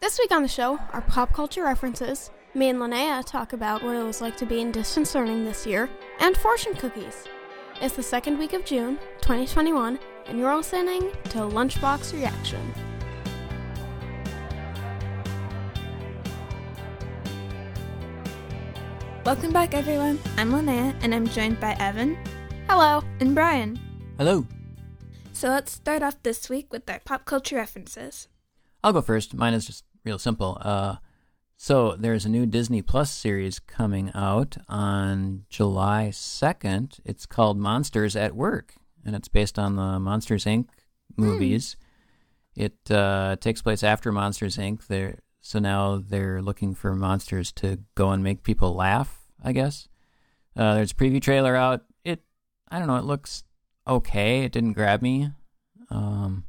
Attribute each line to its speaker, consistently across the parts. Speaker 1: This week on the show are pop culture references. Me and Linnea talk about what it was like to be in distance learning this year, and fortune cookies. It's the second week of June, 2021, and you're listening to Lunchbox Reaction.
Speaker 2: Welcome back, everyone. I'm Linnea, and I'm joined by Evan
Speaker 1: Hello.
Speaker 2: and Brian.
Speaker 3: Hello.
Speaker 2: So let's start off this week with our pop culture references.
Speaker 3: I'll go first. Mine is just real simple. Uh, so there's a new Disney Plus series coming out on July 2nd. It's called Monsters at Work, and it's based on the Monsters Inc. movies. It uh, takes place after Monsters Inc. They're, so now they're looking for monsters to go and make people laugh, I guess. Uh, there's a preview trailer out. It, I don't know, it looks okay. It didn't grab me. Um,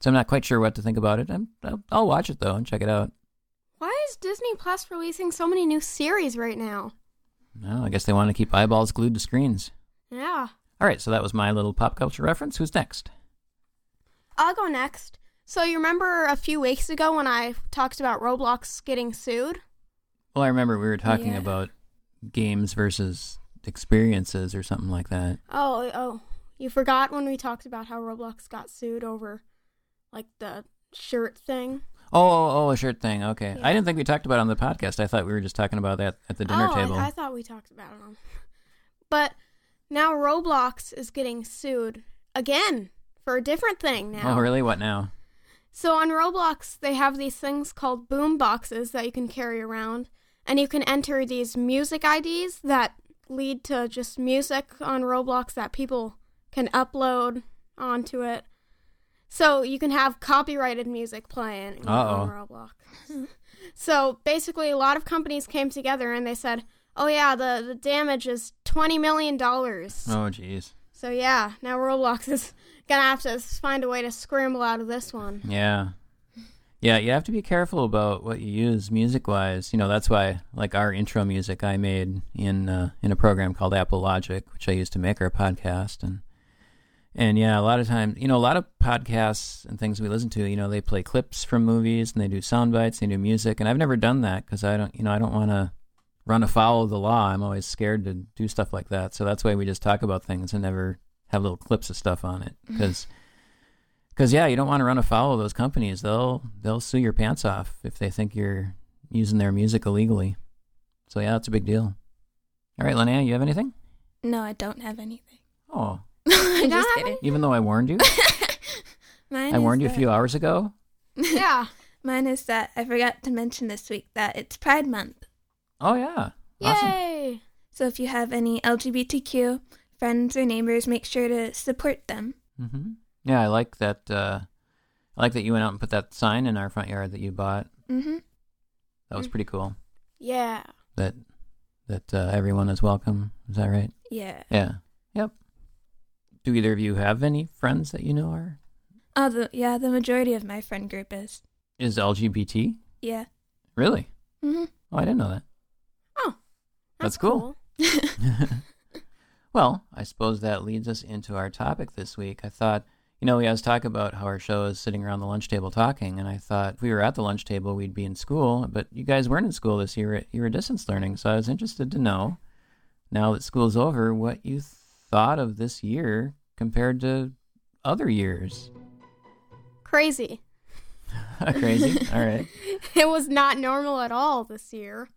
Speaker 3: so I'm not quite sure what to think about it. I'm, I'll, I'll watch it though and check it out.
Speaker 1: Why is Disney Plus releasing so many new series right now?
Speaker 3: Well, I guess they want to keep eyeballs glued to screens.
Speaker 1: Yeah.
Speaker 3: All right, so that was my little pop culture reference. Who's next?
Speaker 1: I'll go next. So, you remember a few weeks ago when I talked about Roblox getting sued?
Speaker 3: Well, I remember we were talking
Speaker 2: Yeah.
Speaker 3: about games versus experiences or something like that.
Speaker 1: Oh, oh. You forgot when we talked about how Roblox got sued over, like, the shirt thing?
Speaker 3: Oh, oh, oh a shirt thing. Okay, I didn't think we talked about it on the podcast. I thought we were just talking about that at the dinner
Speaker 1: oh,
Speaker 3: table.
Speaker 1: I, I thought we talked about them. But now Roblox is getting sued again for a different thing now.
Speaker 3: oh, really? What now?
Speaker 1: So on Roblox, they have these things called boom boxes that you can carry around, and you can enter these music IDs that lead to just music on Roblox that people can upload onto it. So you can have copyrighted music playing on Roblox. so basically, a lot of companies came together and they said, "Oh yeah, the the damage is twenty million dollars."
Speaker 3: Oh, jeez.
Speaker 1: So yeah, now Roblox is gonna have to find a way to scramble out of this one.
Speaker 3: Yeah. Yeah, you have to be careful about what you use music wise. You know, that's why like our intro music I made in uh, in a program called Apple Logic, which I use to make our podcast and and yeah, a lot of times, you know, a lot of podcasts and things we listen to, you know, they play clips from movies and they do sound bites, they do music, and I've never done that cuz I don't, you know, I don't want to run afoul of the law. I'm always scared to do stuff like that. So that's why we just talk about things and never have little clips of stuff on it cuz because yeah, you don't want to run afoul of those companies. They'll they'll sue your pants off if they think you're using their music illegally. So yeah, it's a big deal. All right, Linnea, you have anything?
Speaker 2: No, I don't have anything.
Speaker 3: Oh,
Speaker 2: I'm
Speaker 1: don't
Speaker 2: just
Speaker 1: have
Speaker 2: kidding.
Speaker 3: even though I warned you,
Speaker 2: Mine
Speaker 3: I
Speaker 2: is
Speaker 3: warned you a
Speaker 2: that-
Speaker 3: few hours ago.
Speaker 1: yeah.
Speaker 2: Mine is that I forgot to mention this week that it's Pride Month.
Speaker 3: Oh yeah, awesome.
Speaker 1: Yay.
Speaker 2: So if you have any LGBTQ friends or neighbors, make sure to support them.
Speaker 3: hmm Yeah, I like that. Uh, I like that you went out and put that sign in our front yard that you bought.
Speaker 2: Mm-hmm.
Speaker 3: That was pretty cool.
Speaker 1: Yeah.
Speaker 3: That that uh, everyone is welcome. Is that right?
Speaker 2: Yeah.
Speaker 3: Yeah. Yep. Do either of you have any friends that you know are
Speaker 2: Oh, the, yeah. The majority of my friend group is.
Speaker 3: is LGBT?
Speaker 2: Yeah.
Speaker 3: Really?
Speaker 2: Mm-hmm.
Speaker 3: Oh, I didn't know that.
Speaker 1: Oh.
Speaker 3: That's cool. well, I suppose that leads us into our topic this week. I thought, you know, we always talk about how our show is sitting around the lunch table talking, and I thought if we were at the lunch table, we'd be in school, but you guys weren't in school this year. You were distance learning, so I was interested to know, now that school's over, what you thought of this year compared to other years.
Speaker 1: Crazy.
Speaker 3: Crazy. All right.
Speaker 1: It was not normal at all this year.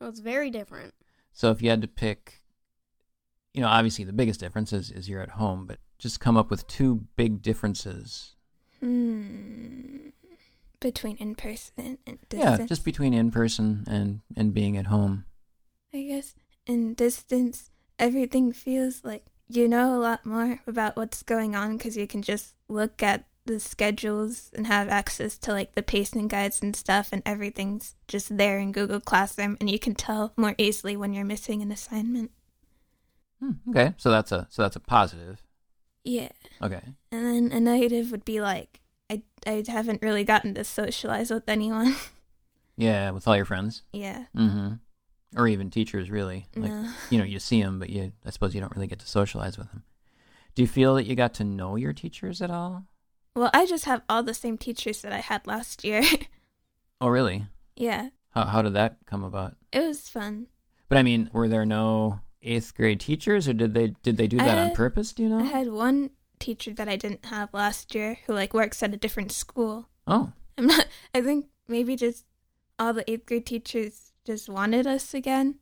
Speaker 1: It was very different.
Speaker 3: So if you had to pick, you know, obviously the biggest difference is, is you're at home, but just come up with two big differences.
Speaker 2: Hmm. Between in person and distance.
Speaker 3: Yeah, just between in person and and being at home.
Speaker 2: I guess in distance, everything feels like you know a lot more about what's going on because you can just look at the schedules and have access to like the pacing guides and stuff, and everything's just there in Google Classroom, and you can tell more easily when you're missing an assignment.
Speaker 3: Hmm, okay, so that's a so that's a positive.
Speaker 2: Yeah.
Speaker 3: Okay.
Speaker 2: And then a negative would be like, I, I haven't really gotten to socialize with anyone.
Speaker 3: Yeah, with all your friends.
Speaker 2: yeah.
Speaker 3: Mm-hmm. Or even teachers, really. Like
Speaker 2: No.
Speaker 3: you know, you see them, but you I suppose you don't really get to socialize with them. Do you feel that you got to know your teachers at all?
Speaker 2: Well, I just have all the same teachers that I had last year.
Speaker 3: Oh, really?
Speaker 2: Yeah,
Speaker 3: How how did that come about?
Speaker 2: it was fun.
Speaker 3: But I mean, were there no eighth grade teachers, or did they did they do that on
Speaker 2: Uh,
Speaker 3: purpose? Do you
Speaker 2: I
Speaker 3: know?
Speaker 2: had one teacher that I didn't have last year who like works at a different school.
Speaker 3: Oh,
Speaker 2: I'm not. I think maybe just all the eighth grade teachers just wanted us again,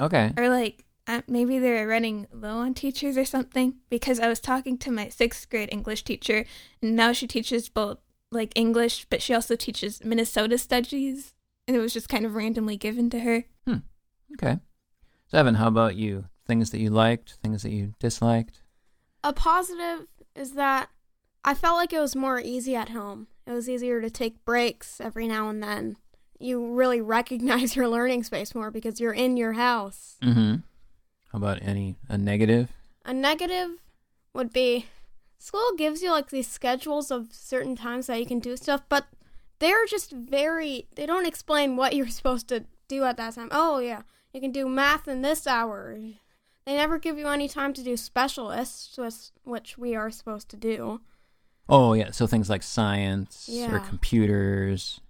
Speaker 3: okay.
Speaker 2: or like uh, maybe they were running low on teachers or something. Because I was talking to my sixth grade English teacher, and now she teaches both like English, but she also teaches Minnesota studies, and it was just kind of randomly given to her.
Speaker 3: Okay. So, Evan, how about you? Things that you liked, things that you disliked?
Speaker 1: A positive is that I felt like it was more easy at home. It was easier to take breaks every now and then. You really recognize your learning space more because you're in your house.
Speaker 3: Mm hmm. How about any, a negative?
Speaker 1: A negative would be school gives you like these schedules of certain times that you can do stuff, but they're just very, they don't explain what you're supposed to do at that time. Oh, yeah, you can do math in this hour. They never give you any time to do specialists, which- which we are supposed to do.
Speaker 3: Oh, yeah. So, things like science or
Speaker 1: Yeah.
Speaker 3: computers.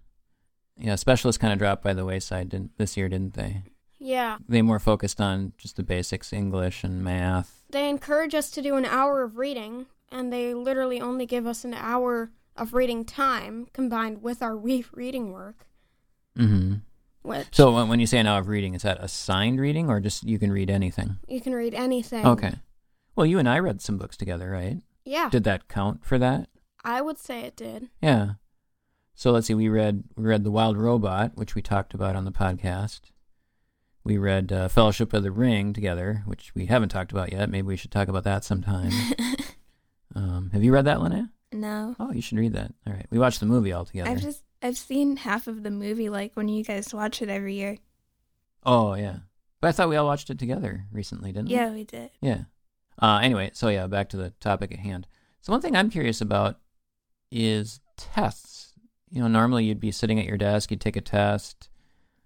Speaker 3: Yeah, specialists kind of dropped by the wayside didn't, this year, didn't they?
Speaker 1: Yeah.
Speaker 3: They more focused on just the basics, English and math.
Speaker 1: They encourage us to do an hour of reading, and they literally only give us an hour of reading time combined with our re- reading work.
Speaker 3: Mm hmm.
Speaker 1: Which
Speaker 3: So, when, when you say an hour of reading, is that assigned reading or just you can read anything?
Speaker 1: you can read anything.
Speaker 3: Okay. Well, you and I read some books together, right?
Speaker 1: Yeah,
Speaker 3: Did that count for that?
Speaker 1: I would say it did.
Speaker 3: Yeah. So let's see. We read we read The Wild Robot, which we talked about on the podcast. We read uh, Fellowship of the Ring together, which we haven't talked about yet. Maybe we should talk about that sometime. um, have you read that, Linnea?
Speaker 2: no.
Speaker 3: Oh, you should read that. All right. We watched the movie all together.
Speaker 2: I've just I've seen half of the movie like when you guys watch it every year.
Speaker 3: Oh yeah. But I thought we all watched it together recently, didn't we?
Speaker 2: Yeah, we did.
Speaker 3: Yeah. Uh, anyway, so yeah, back to the topic at hand. So one thing I'm curious about is tests. You know, normally you'd be sitting at your desk, you'd take a test.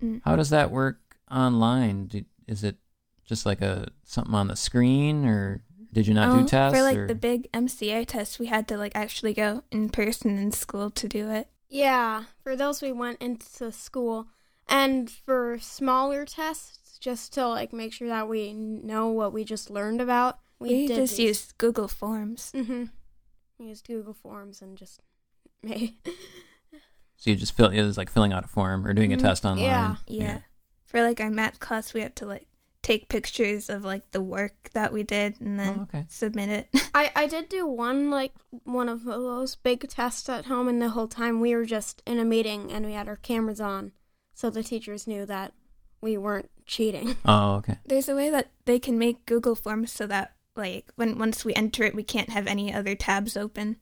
Speaker 2: Mm.
Speaker 3: How does that work online? Do, is it just like a something on the screen, or did you not
Speaker 2: Oh,
Speaker 3: do tests?
Speaker 2: for like
Speaker 3: or-
Speaker 2: the big MCA test. We had to like actually go in person in school to do it.
Speaker 1: Yeah, for those we went into school, and for smaller tests, just to like make sure that we know what we just learned about, we,
Speaker 2: We,
Speaker 1: did
Speaker 2: just used Google Forms.
Speaker 1: hmm We used Google Forms and just made.
Speaker 3: so you just fill it was like filling out a form or doing a
Speaker 1: Mhm.
Speaker 3: test online.
Speaker 1: Yeah.
Speaker 2: Mm-hmm. Yeah. For like our math class, we had to like take pictures of like the work that we did and then
Speaker 3: Oh, okay.
Speaker 2: submit it.
Speaker 1: I, I did do one like one of those big tests at home and the whole time we were just in a meeting and we had our cameras on so the teachers knew that we weren't cheating.
Speaker 3: Oh, okay.
Speaker 2: There's a way that they can make Google Forms so that like when once we enter it, we can't have any other tabs open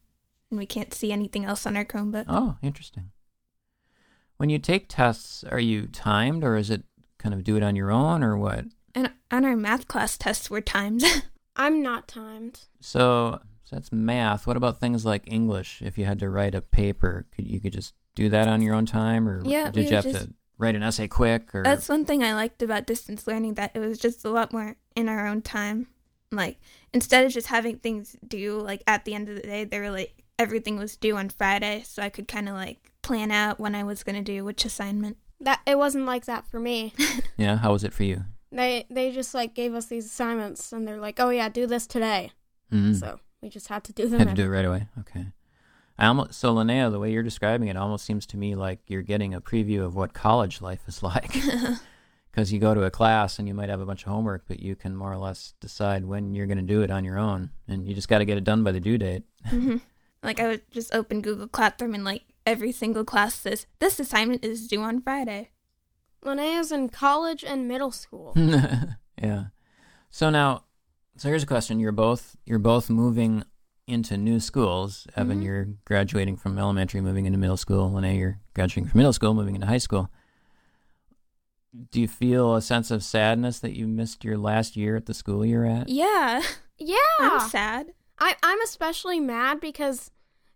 Speaker 2: and we can't see anything else on our Chromebook.
Speaker 3: Oh, interesting. When you take tests, are you timed, or is it kind of do it on your own, or what?
Speaker 2: And on our math class tests were timed.
Speaker 1: I'm not timed.
Speaker 3: So, so that's math. What about things like English? If you had to write a paper, could you could just do that on your own time, or
Speaker 2: Yeah,
Speaker 3: did
Speaker 2: we
Speaker 3: you have
Speaker 2: would
Speaker 3: to write an essay quick? Or
Speaker 2: That's one thing I liked about distance learning that it was just a lot more in our own time. Like instead of just having things due like at the end of the day, they were like everything was due on Friday, so I could kind of like plan out when I was going to do which assignment.
Speaker 1: That it wasn't like that for me.
Speaker 3: yeah, how was it for you?
Speaker 1: They they just like gave us these assignments and they're like, "Oh yeah, do this today."
Speaker 3: Mm.
Speaker 1: So we just had to do them.
Speaker 3: had to
Speaker 1: at-
Speaker 3: do it right away. Okay. I almost so Linnea, the way you're describing it almost seems to me like you're getting a preview of what college life is like. Because you go to a class and you might have a bunch of homework, but you can more or less decide when you're going to do it on your own, and you just got to get it done by the due date.
Speaker 2: Mhm. Like I would just open Google Classroom and like every single class says this assignment is due on Friday.
Speaker 1: Linnea's in college and middle school.
Speaker 3: Hmm. yeah. So now, so here's a question: You're both you're both moving into new schools. Evan,
Speaker 1: Mhm.
Speaker 3: you're graduating from elementary, moving into middle school. Linnea, you're graduating from middle school, moving into high school. Do you feel a sense of sadness that you missed your last year at the school you're at?
Speaker 2: Yeah,
Speaker 1: yeah. Ah.
Speaker 2: I'm sad.
Speaker 1: I, I'm especially mad because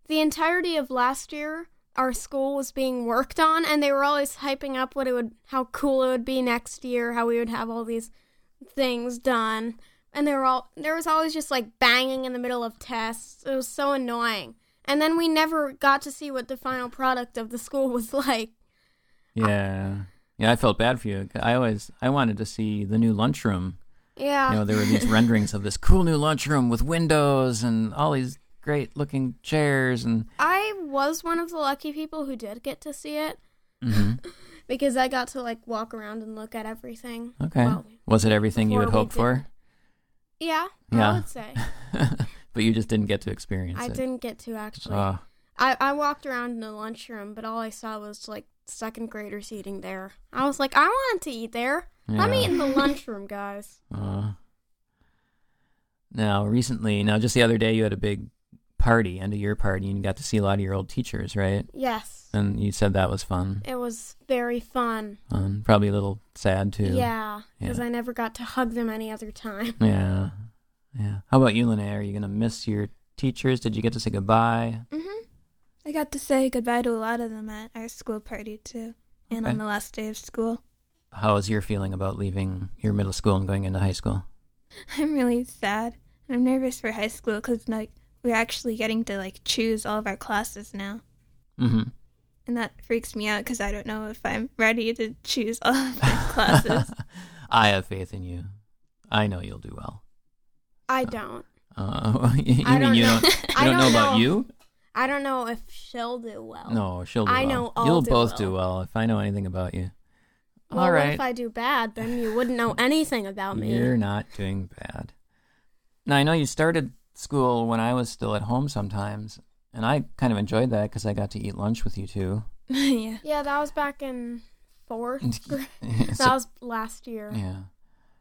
Speaker 1: the entirety of last year, our school was being worked on, and they were always hyping up what it would, how cool it would be next year, how we would have all these things done, and they were all there was always just like banging in the middle of tests. It was so annoying, and then we never got to see what the final product of the school was like.
Speaker 3: Yeah. Yeah, I felt bad for you. I always I wanted to see the new lunchroom.
Speaker 1: Yeah.
Speaker 3: You know, there were these renderings of this cool new lunchroom with windows and all these great looking chairs and
Speaker 1: I was one of the lucky people who did get to see it
Speaker 3: Mhm.
Speaker 1: because I got to like walk around and look at everything.
Speaker 3: okay.
Speaker 1: Well,
Speaker 3: was it everything you
Speaker 1: before
Speaker 3: had
Speaker 1: we
Speaker 3: hoped for?
Speaker 1: yeah,
Speaker 3: Yeah.
Speaker 1: I would say.
Speaker 3: but you just didn't get to experience
Speaker 1: I
Speaker 3: it.
Speaker 1: didn't get to actually.
Speaker 3: Oh,
Speaker 1: I, I walked around in the lunchroom, but all I saw was like second graders eating there. I was like, I wanted to eat there. Let me
Speaker 3: yeah.
Speaker 1: eat in the lunchroom, guys.
Speaker 3: Uh, now, recently, now just the other day, you had a big party, end of year party, and you got to see a lot of your old teachers, right?
Speaker 1: Yes.
Speaker 3: And you said that was fun.
Speaker 1: It was very fun.
Speaker 3: Um, probably a little sad too.
Speaker 1: Yeah, because
Speaker 3: Yeah.
Speaker 1: I never got to hug them any other time.
Speaker 3: Yeah. Yeah. How about you, Linnea? Are you gonna miss your teachers? Did you get to say goodbye?
Speaker 1: Mm-hmm.
Speaker 2: I got to say goodbye to a lot of them at our school party too, and
Speaker 3: Okay.
Speaker 2: on the last day of school.
Speaker 3: How is your feeling about leaving your middle school and going into high school?
Speaker 2: I'm really sad. I'm nervous for high school because like we're actually getting to like choose all of our classes now,
Speaker 3: Mm-hmm.
Speaker 2: and that freaks me out because I don't know if I'm ready to choose all of my classes.
Speaker 3: I have faith in you. I know you'll do well.
Speaker 1: I don't.
Speaker 3: Uh, you
Speaker 1: I
Speaker 3: mean
Speaker 1: don't
Speaker 3: you
Speaker 1: know.
Speaker 3: don't? You
Speaker 1: I
Speaker 3: don't know
Speaker 1: don't
Speaker 3: about
Speaker 1: know.
Speaker 3: you?
Speaker 1: I don't know if she'll do well.
Speaker 3: No, she'll do
Speaker 1: I
Speaker 3: well.
Speaker 1: know I'll
Speaker 3: You'll
Speaker 1: do
Speaker 3: both
Speaker 1: well.
Speaker 3: do well if I know anything about you.
Speaker 1: Well,
Speaker 3: All
Speaker 1: what
Speaker 3: right.
Speaker 1: if I do bad? Then you wouldn't know anything about me.
Speaker 3: You're not doing bad. Now, I know you started school when I was still at home sometimes, and I kind of enjoyed that because I got to eat lunch with you two.
Speaker 2: yeah,
Speaker 1: Yeah, that was back in fourth. grade.
Speaker 3: So-
Speaker 1: that was last year.
Speaker 3: yeah.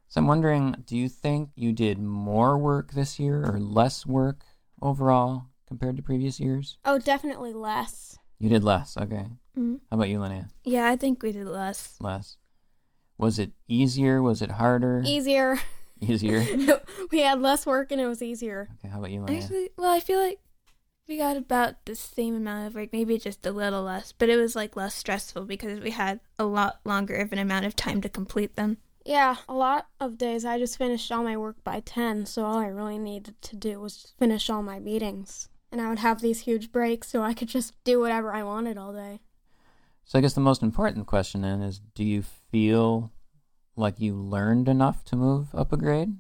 Speaker 3: So I'm wondering, do you think you did more work this year or less work overall compared to previous years?
Speaker 1: Oh, definitely less.
Speaker 3: You did less. Okay.
Speaker 2: Mm.
Speaker 3: How about you, Linnea?
Speaker 2: yeah. I think we did less.
Speaker 3: Less. Was it easier? Was it harder?
Speaker 1: Easier.
Speaker 3: Easier.
Speaker 1: we had less work and it was easier.
Speaker 3: Okay. How about you, Linnea?
Speaker 2: Actually, well, I feel like we got about the same amount of work, maybe just a little less, but it was like less stressful because we had a lot longer of an amount of time to complete them.
Speaker 1: Yeah, a lot of days I just finished all my work by 10, so all I really needed to do was just finish all my meetings. And I would have these huge breaks so I could just do whatever I wanted all day.
Speaker 3: So I guess the most important question then is do you feel like you learned enough to move up a grade?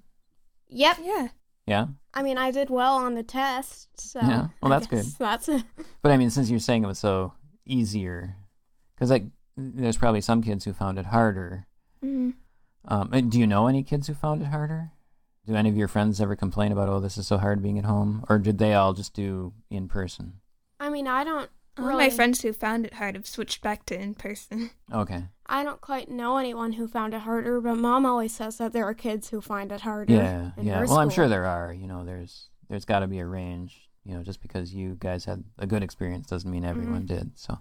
Speaker 1: Yep.
Speaker 2: Yeah.
Speaker 3: Yeah.
Speaker 1: I mean, I did well on the test, so.
Speaker 3: Yeah, well,
Speaker 1: I
Speaker 3: that's good.
Speaker 1: guess That's it.
Speaker 3: But I mean since you're saying it was so easier cuz like there's probably some kids who found it harder.
Speaker 2: Mm.
Speaker 3: Um and do you know any kids who found it harder? Do any of your friends ever complain about oh this is so hard being at home or did they all just do in person?
Speaker 1: I mean, I don't
Speaker 2: All
Speaker 1: really.
Speaker 2: my friends who found it hard have switched back to in person.
Speaker 3: Okay.
Speaker 1: I don't quite know anyone who found it harder, but mom always says that there are kids who find it harder.
Speaker 3: Yeah.
Speaker 1: in
Speaker 3: yeah.
Speaker 1: her
Speaker 3: Well, I'm sure
Speaker 1: school.
Speaker 3: there are, you know, there's there's got to be a range, you know, just because you guys had a good experience doesn't mean everyone
Speaker 1: Mm-hmm.
Speaker 3: did. So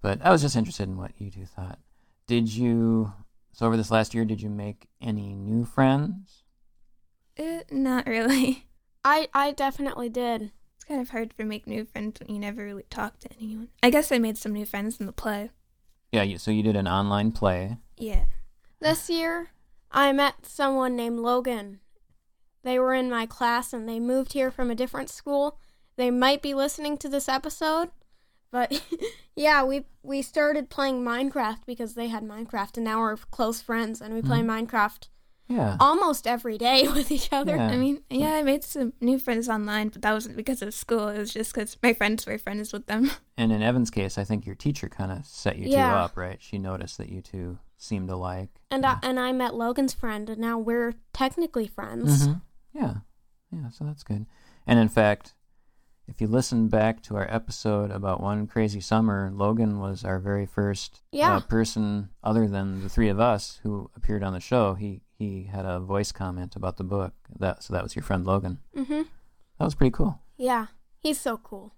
Speaker 3: But I was just interested in what you two thought. Did you so over this last year did you make any new friends?
Speaker 2: Uh, not really.
Speaker 1: I, I definitely did.
Speaker 2: It's kind of hard to make new friends when you never really talk to anyone. I guess I made some new friends in the play.
Speaker 3: Yeah, you, so you did an online play.
Speaker 2: Yeah.
Speaker 1: This year, I met someone named Logan. They were in my class and they moved here from a different school. They might be listening to this episode, but yeah, we we started playing Minecraft because they had Minecraft and now we're close friends and we play Minecraft
Speaker 3: Mm-hmm. Yeah.
Speaker 1: almost every day with each other.
Speaker 3: Yeah.
Speaker 2: I mean, yeah, I made some new friends online, but that wasn't because of school. It was just because my friends were friends with them.
Speaker 3: And in Evan's case, I think your teacher kind of set you two
Speaker 1: Yeah.
Speaker 3: up, right? She noticed that you two seemed alike.
Speaker 1: And I, and I met Logan's friend and now we're technically friends.
Speaker 3: Mhm. Yeah. Yeah, so that's good. And in fact, if you listen back to our episode about One Crazy Summer, Logan was our very first
Speaker 1: Yeah.
Speaker 3: uh, person other than the three of us who appeared on the show. He he had a voice comment about the book. That so that was your friend Logan.
Speaker 1: Mhm.
Speaker 3: That was pretty cool.
Speaker 1: Yeah. He's so cool.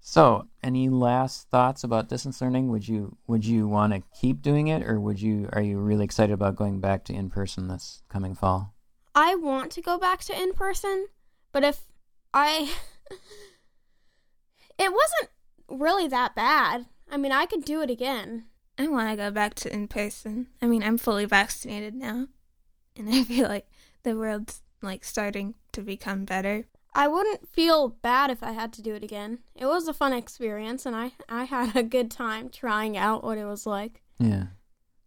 Speaker 3: so, any last thoughts about distance learning? Would you would you want to keep doing it or would you are you really excited about going back to in person this coming fall?
Speaker 1: I want to go back to in person, but if I. it wasn't really that bad. I mean, I could do it again.
Speaker 2: I want to go back to in person. I mean, I'm fully vaccinated now, and I feel like the world's like starting to become better.
Speaker 1: I wouldn't feel bad if I had to do it again. It was a fun experience, and I, I had a good time trying out what it was like.
Speaker 3: Yeah.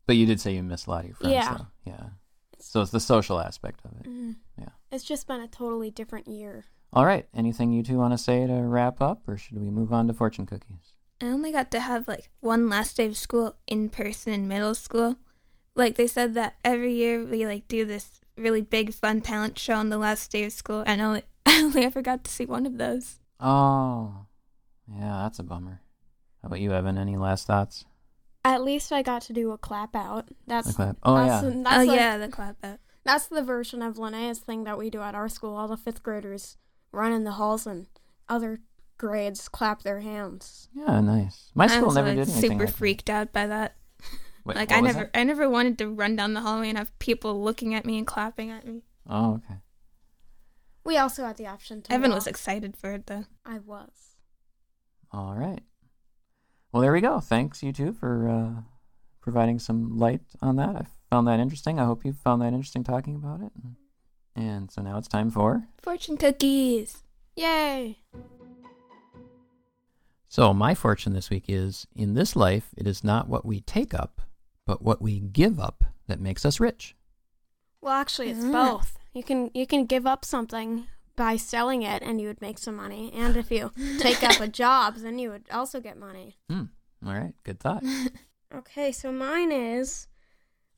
Speaker 3: But you did say you miss a lot of your friends,
Speaker 1: Yeah.
Speaker 3: though. Yeah. So it's the social aspect of it.
Speaker 2: Mm-hmm.
Speaker 3: Yeah.
Speaker 1: It's just been a totally different year.
Speaker 3: All right. Anything you two want to say to wrap up, or should we move on to fortune cookies?
Speaker 2: I only got to have like one last day of school in person in middle school. Like they said that every year we like do this really big fun talent show on the last day of school, and only I only ever got to see one of those.
Speaker 3: Oh, yeah, that's a bummer. How about you, Evan? Any last thoughts?
Speaker 1: At least I got to do a clap out. That's
Speaker 3: A clap- oh,
Speaker 1: that's,
Speaker 3: yeah.
Speaker 1: that's
Speaker 2: oh
Speaker 1: like-
Speaker 2: yeah, the clap out.
Speaker 1: That's the version of Linnea's thing that we do at our school. All the fifth graders run in the halls and other grades clap their hands.
Speaker 3: Yeah, nice. My
Speaker 2: I
Speaker 3: school
Speaker 2: was
Speaker 3: never
Speaker 2: like,
Speaker 3: did anything
Speaker 2: super
Speaker 3: like that.
Speaker 2: freaked out by that.
Speaker 3: Wait,
Speaker 2: like
Speaker 3: what
Speaker 2: I
Speaker 3: was
Speaker 2: never,
Speaker 3: that?
Speaker 2: I never wanted to run down the hallway and have people looking at me and clapping at me.
Speaker 3: Oh, okay.
Speaker 1: We also had the option to.
Speaker 2: Evan
Speaker 1: walk.
Speaker 2: was excited for it though.
Speaker 1: I was.
Speaker 3: All right. Well, there we go. Thanks, you two, for uh, providing some light on that. I found that interesting. I hope you found that interesting talking about it. And so now it's time for.
Speaker 2: Fortune cookies.
Speaker 1: Yay!
Speaker 3: So, my fortune this week is in this life, it is not what we take up, but what we give up that makes us rich.
Speaker 1: Well, actually, it's
Speaker 2: Ah.
Speaker 1: both. You can you can give up something by selling it, and you would make some money. And if you take up a job, then you would also get money.
Speaker 3: Hmm. All right. Good thought.
Speaker 1: Okay, so mine is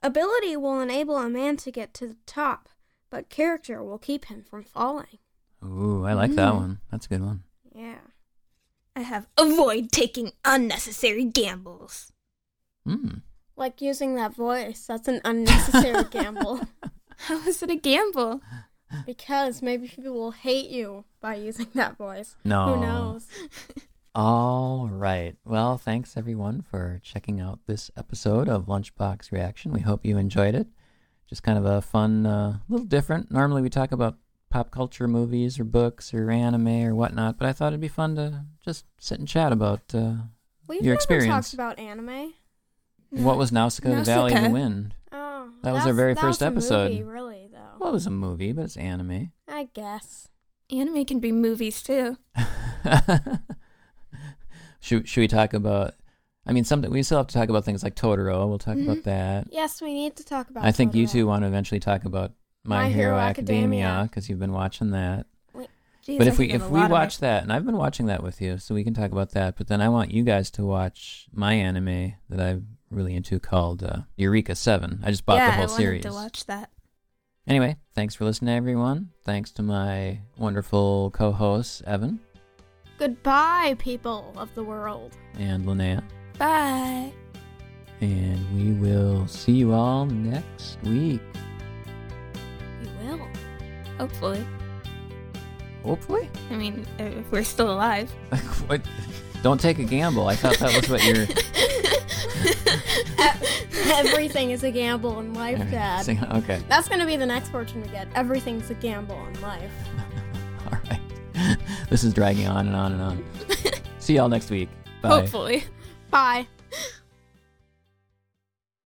Speaker 1: ability will enable a man to get to the top, but character will keep him from falling.
Speaker 3: Ooh, I like that
Speaker 1: Mm-hmm.
Speaker 2: Mm.
Speaker 3: one. That's a good one.
Speaker 1: Yeah.
Speaker 2: I have avoid taking unnecessary gambles.
Speaker 3: Hmm.
Speaker 1: Like using that voice, that's an unnecessary gamble
Speaker 2: How is it a gamble?
Speaker 1: because maybe people will hate you by using that voice.
Speaker 3: No.
Speaker 1: Who knows?
Speaker 3: All right. Well, thanks everyone for checking out this episode of Lunchbox Reaction. We hope you enjoyed it. Just kind of a fun, uh, little different. Normally we talk about pop culture movies or books or anime or whatnot, but I thought it'd be fun to just sit and chat about uh,
Speaker 1: We've
Speaker 3: Your
Speaker 1: never
Speaker 3: experience.
Speaker 1: talked about anime.
Speaker 3: what was Nausicaa, the Valley in the
Speaker 2: Nausicaa.
Speaker 3: Wind.
Speaker 1: Oh,
Speaker 3: That was
Speaker 1: that's-
Speaker 3: our very
Speaker 1: that
Speaker 3: first
Speaker 1: was a
Speaker 3: episode.
Speaker 1: movie, really though.
Speaker 3: Well, it was a movie, but it's anime.
Speaker 1: I guess.
Speaker 2: Anime can be movies too.
Speaker 3: should should we talk about? I mean, something we still have to talk about things like Totoro. We'll talk about
Speaker 2: Mhm.
Speaker 3: that.
Speaker 1: Yes, we need to talk about.
Speaker 3: I think you
Speaker 1: Totoro.
Speaker 3: two want to eventually talk about My, Hero, Academia because you've been watching that.
Speaker 2: Jeez,
Speaker 3: but
Speaker 2: I
Speaker 3: if we
Speaker 2: think
Speaker 3: if
Speaker 2: of a
Speaker 3: we
Speaker 2: lot of
Speaker 3: watch
Speaker 2: it.
Speaker 3: that, and I've been watching that with you, so we can talk about that. But then I want you guys to watch my anime that I'm really into called uh, Eureka Seven. I just bought
Speaker 2: yeah,
Speaker 3: the whole
Speaker 2: I wanted
Speaker 3: series.
Speaker 2: to watch that.
Speaker 3: Anyway, thanks for listening, everyone. Thanks to my wonderful co-hosts Evan
Speaker 1: Goodbye, people of the world.
Speaker 3: and Linnea,
Speaker 2: Bye.
Speaker 3: and we will see you all next week.
Speaker 1: You will.
Speaker 2: Hopefully,
Speaker 3: Hopefully.
Speaker 2: I mean, if we're still alive.
Speaker 3: what? Don't take a gamble. I thought that was what your
Speaker 1: Everything is a gamble in life, Dad.
Speaker 3: Okay.
Speaker 1: That's gonna be the next fortune we get. Everything's a gamble in life.
Speaker 3: All right. This is dragging on and on and on. See y'all next week. Bye.
Speaker 2: Hopefully.
Speaker 1: Bye.